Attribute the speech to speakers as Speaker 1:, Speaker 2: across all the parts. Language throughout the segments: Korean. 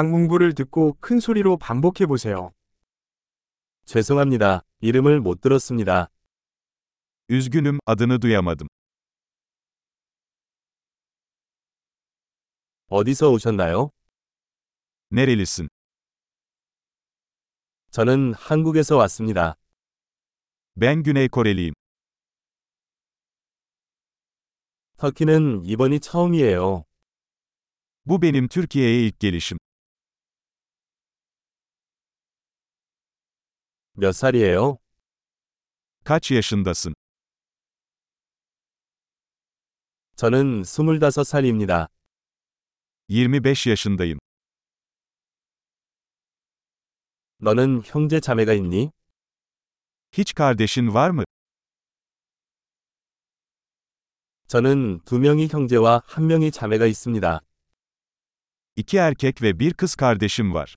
Speaker 1: 강문부를 듣고 큰 소리로 반복해 보세요.
Speaker 2: 죄송합니다. 이름을 못 들었습니다.
Speaker 3: Üzgünüm, adını duyamadım.
Speaker 2: 어디서 오셨나요?
Speaker 3: Nerelisin?
Speaker 2: 저는 한국에서 왔습니다.
Speaker 3: Ben Güney Koreliyim.
Speaker 2: 터키는 이번이 처음이에요.
Speaker 3: Bu benim Türkiye'ye ilk gelişim.
Speaker 2: 몇 살이에요?
Speaker 3: Kaç yaşındasın?
Speaker 2: 저는 25살입니다.
Speaker 3: 25 yaşındayım.
Speaker 2: 너는 형제 자매가 있니?
Speaker 3: Hiç kardeşin var mı?
Speaker 2: 저는 두 명이 형제와 한 명이 자매가 있습니다.
Speaker 3: İki erkek ve bir kız kardeşim var.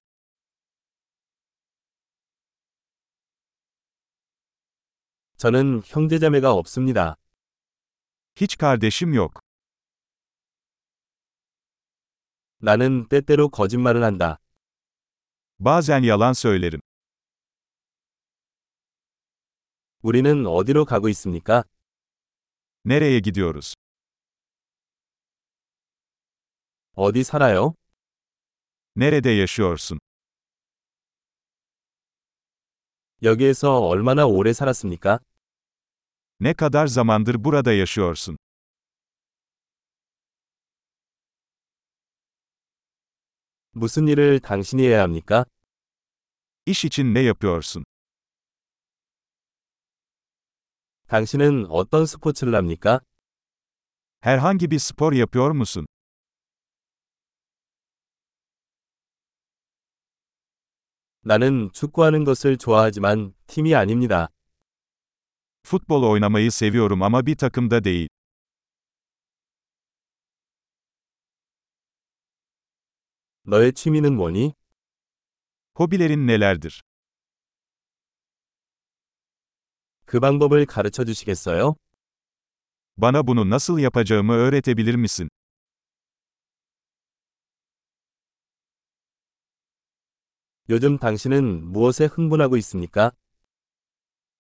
Speaker 2: 저는 형제 자매가 없습니다.
Speaker 3: Hiç kardeşim yok.
Speaker 2: 나는 때때로 거짓말을 한다.
Speaker 3: Bazen yalan söylerim.
Speaker 2: 우리는 어디로 가고 있습니까?
Speaker 3: Nereye gidiyoruz?
Speaker 2: 어디 살아요?
Speaker 3: Nerede yaşıyorsun?
Speaker 2: 여기에서 얼마나 오래 살았습니까?
Speaker 3: Ne kadar zamandır burada yaşıyorsun?
Speaker 2: 무슨 일을 당신이 해야 합니까?
Speaker 3: İş için ne yapıyorsun?
Speaker 2: 당신은 어떤 스포츠를 합니까?
Speaker 3: Herhangi bir spor yapıyor musun?
Speaker 2: 나는 축구하는 것을 좋아하지만 팀이 아닙니다.
Speaker 3: Futbol oynamayı seviyorum ama bir takımda değil.
Speaker 2: 너의 취미는 뭐니?
Speaker 3: Hobilerin nelerdir?
Speaker 2: 그 방법을 가르쳐 주시겠어요?
Speaker 3: Bana bunu nasıl yapacağımı öğretebilir misin?
Speaker 2: 요즘 당신은 무엇에 흥분하고 있습니까?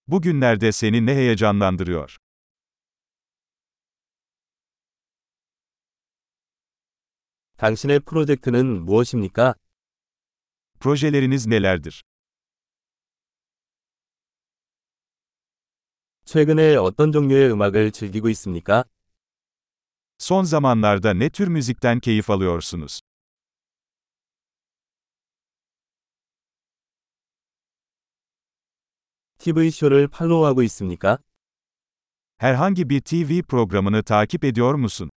Speaker 3: Bugünlerde seni ne heyecanlandırıyor?
Speaker 2: 당신의 프로젝트는 무엇입니까?
Speaker 3: Projeleriniz nelerdir?
Speaker 2: 최근에 어떤 종류의 음악을 즐기고 있습니까?
Speaker 3: Son zamanlarda ne tür müzikten keyif alıyorsunuz?
Speaker 2: TV쇼를 팔로우하고 있습니까?
Speaker 3: Herhangi bir TV programını takip ediyor musun?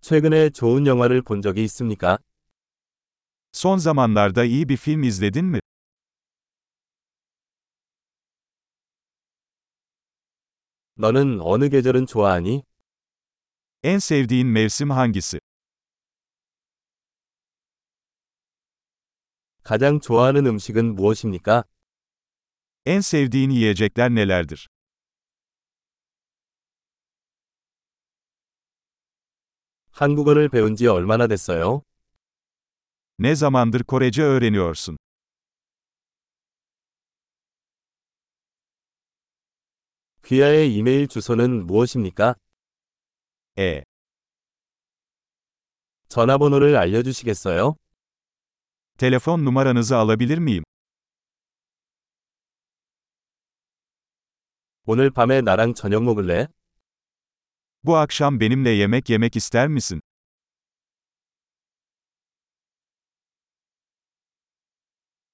Speaker 2: 최근에 좋은 영화를 본 적이 있습니까?
Speaker 3: Son zamanlarda iyi bir film izledin mi?
Speaker 2: 너는 어느 계절은 좋아하니?
Speaker 3: En sevdiğin mevsim hangisi?
Speaker 2: 가장 좋아하는 음식은 무엇입니까?
Speaker 3: En sevdiğin yiyecekler nelerdir?
Speaker 2: 한국어를 배운 지 얼마나 됐어요?
Speaker 3: Ne zamandır Korece öğreniyorsun?
Speaker 2: 귀하의 이메일 주소는 무엇입니까?
Speaker 3: E.
Speaker 2: 전화번호를 알려주시겠어요?
Speaker 3: Telefon numaranızı alabilir miyim?
Speaker 2: 오늘 밤에 나랑 저녁 먹을래?
Speaker 3: Bu akşam benimle yemek yemek ister misin?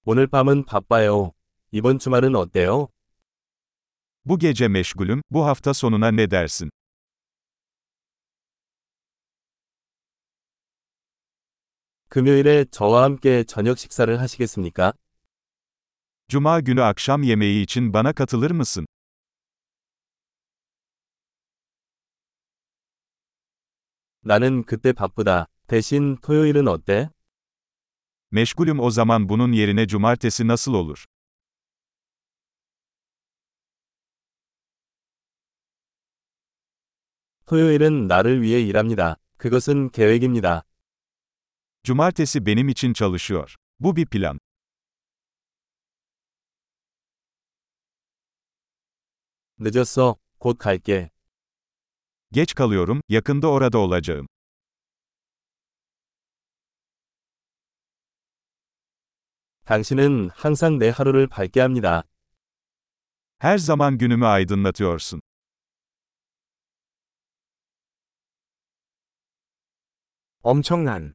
Speaker 2: 오늘 밤은 바빠요. 이번 주말은 어때요?
Speaker 3: Bu gece meşgulüm, bu hafta sonuna ne dersin?
Speaker 2: 금요일에 저와 함께 저녁 식사를 하시겠습니까?
Speaker 3: Cuma günü akşam yemeği için bana katılır mısın?
Speaker 2: 나는 그때 바쁘다. 대신 토요일은 어때?
Speaker 3: Meşgulüm o zaman bunun yerine cumartesi nasıl olur?
Speaker 2: 토요일은 나를 위해 일합니다. 그것은 계획입니다.
Speaker 3: Cumartesi benim için çalışıyor. Bu bir plan.
Speaker 2: 늦었어. 곧 갈게.
Speaker 3: Geç kalıyorum, yakında orada olacağım.
Speaker 2: 당신은 항상 내 하루를 밝게 합니다.
Speaker 3: Her zaman günümü aydınlatıyorsun.
Speaker 1: 엄청난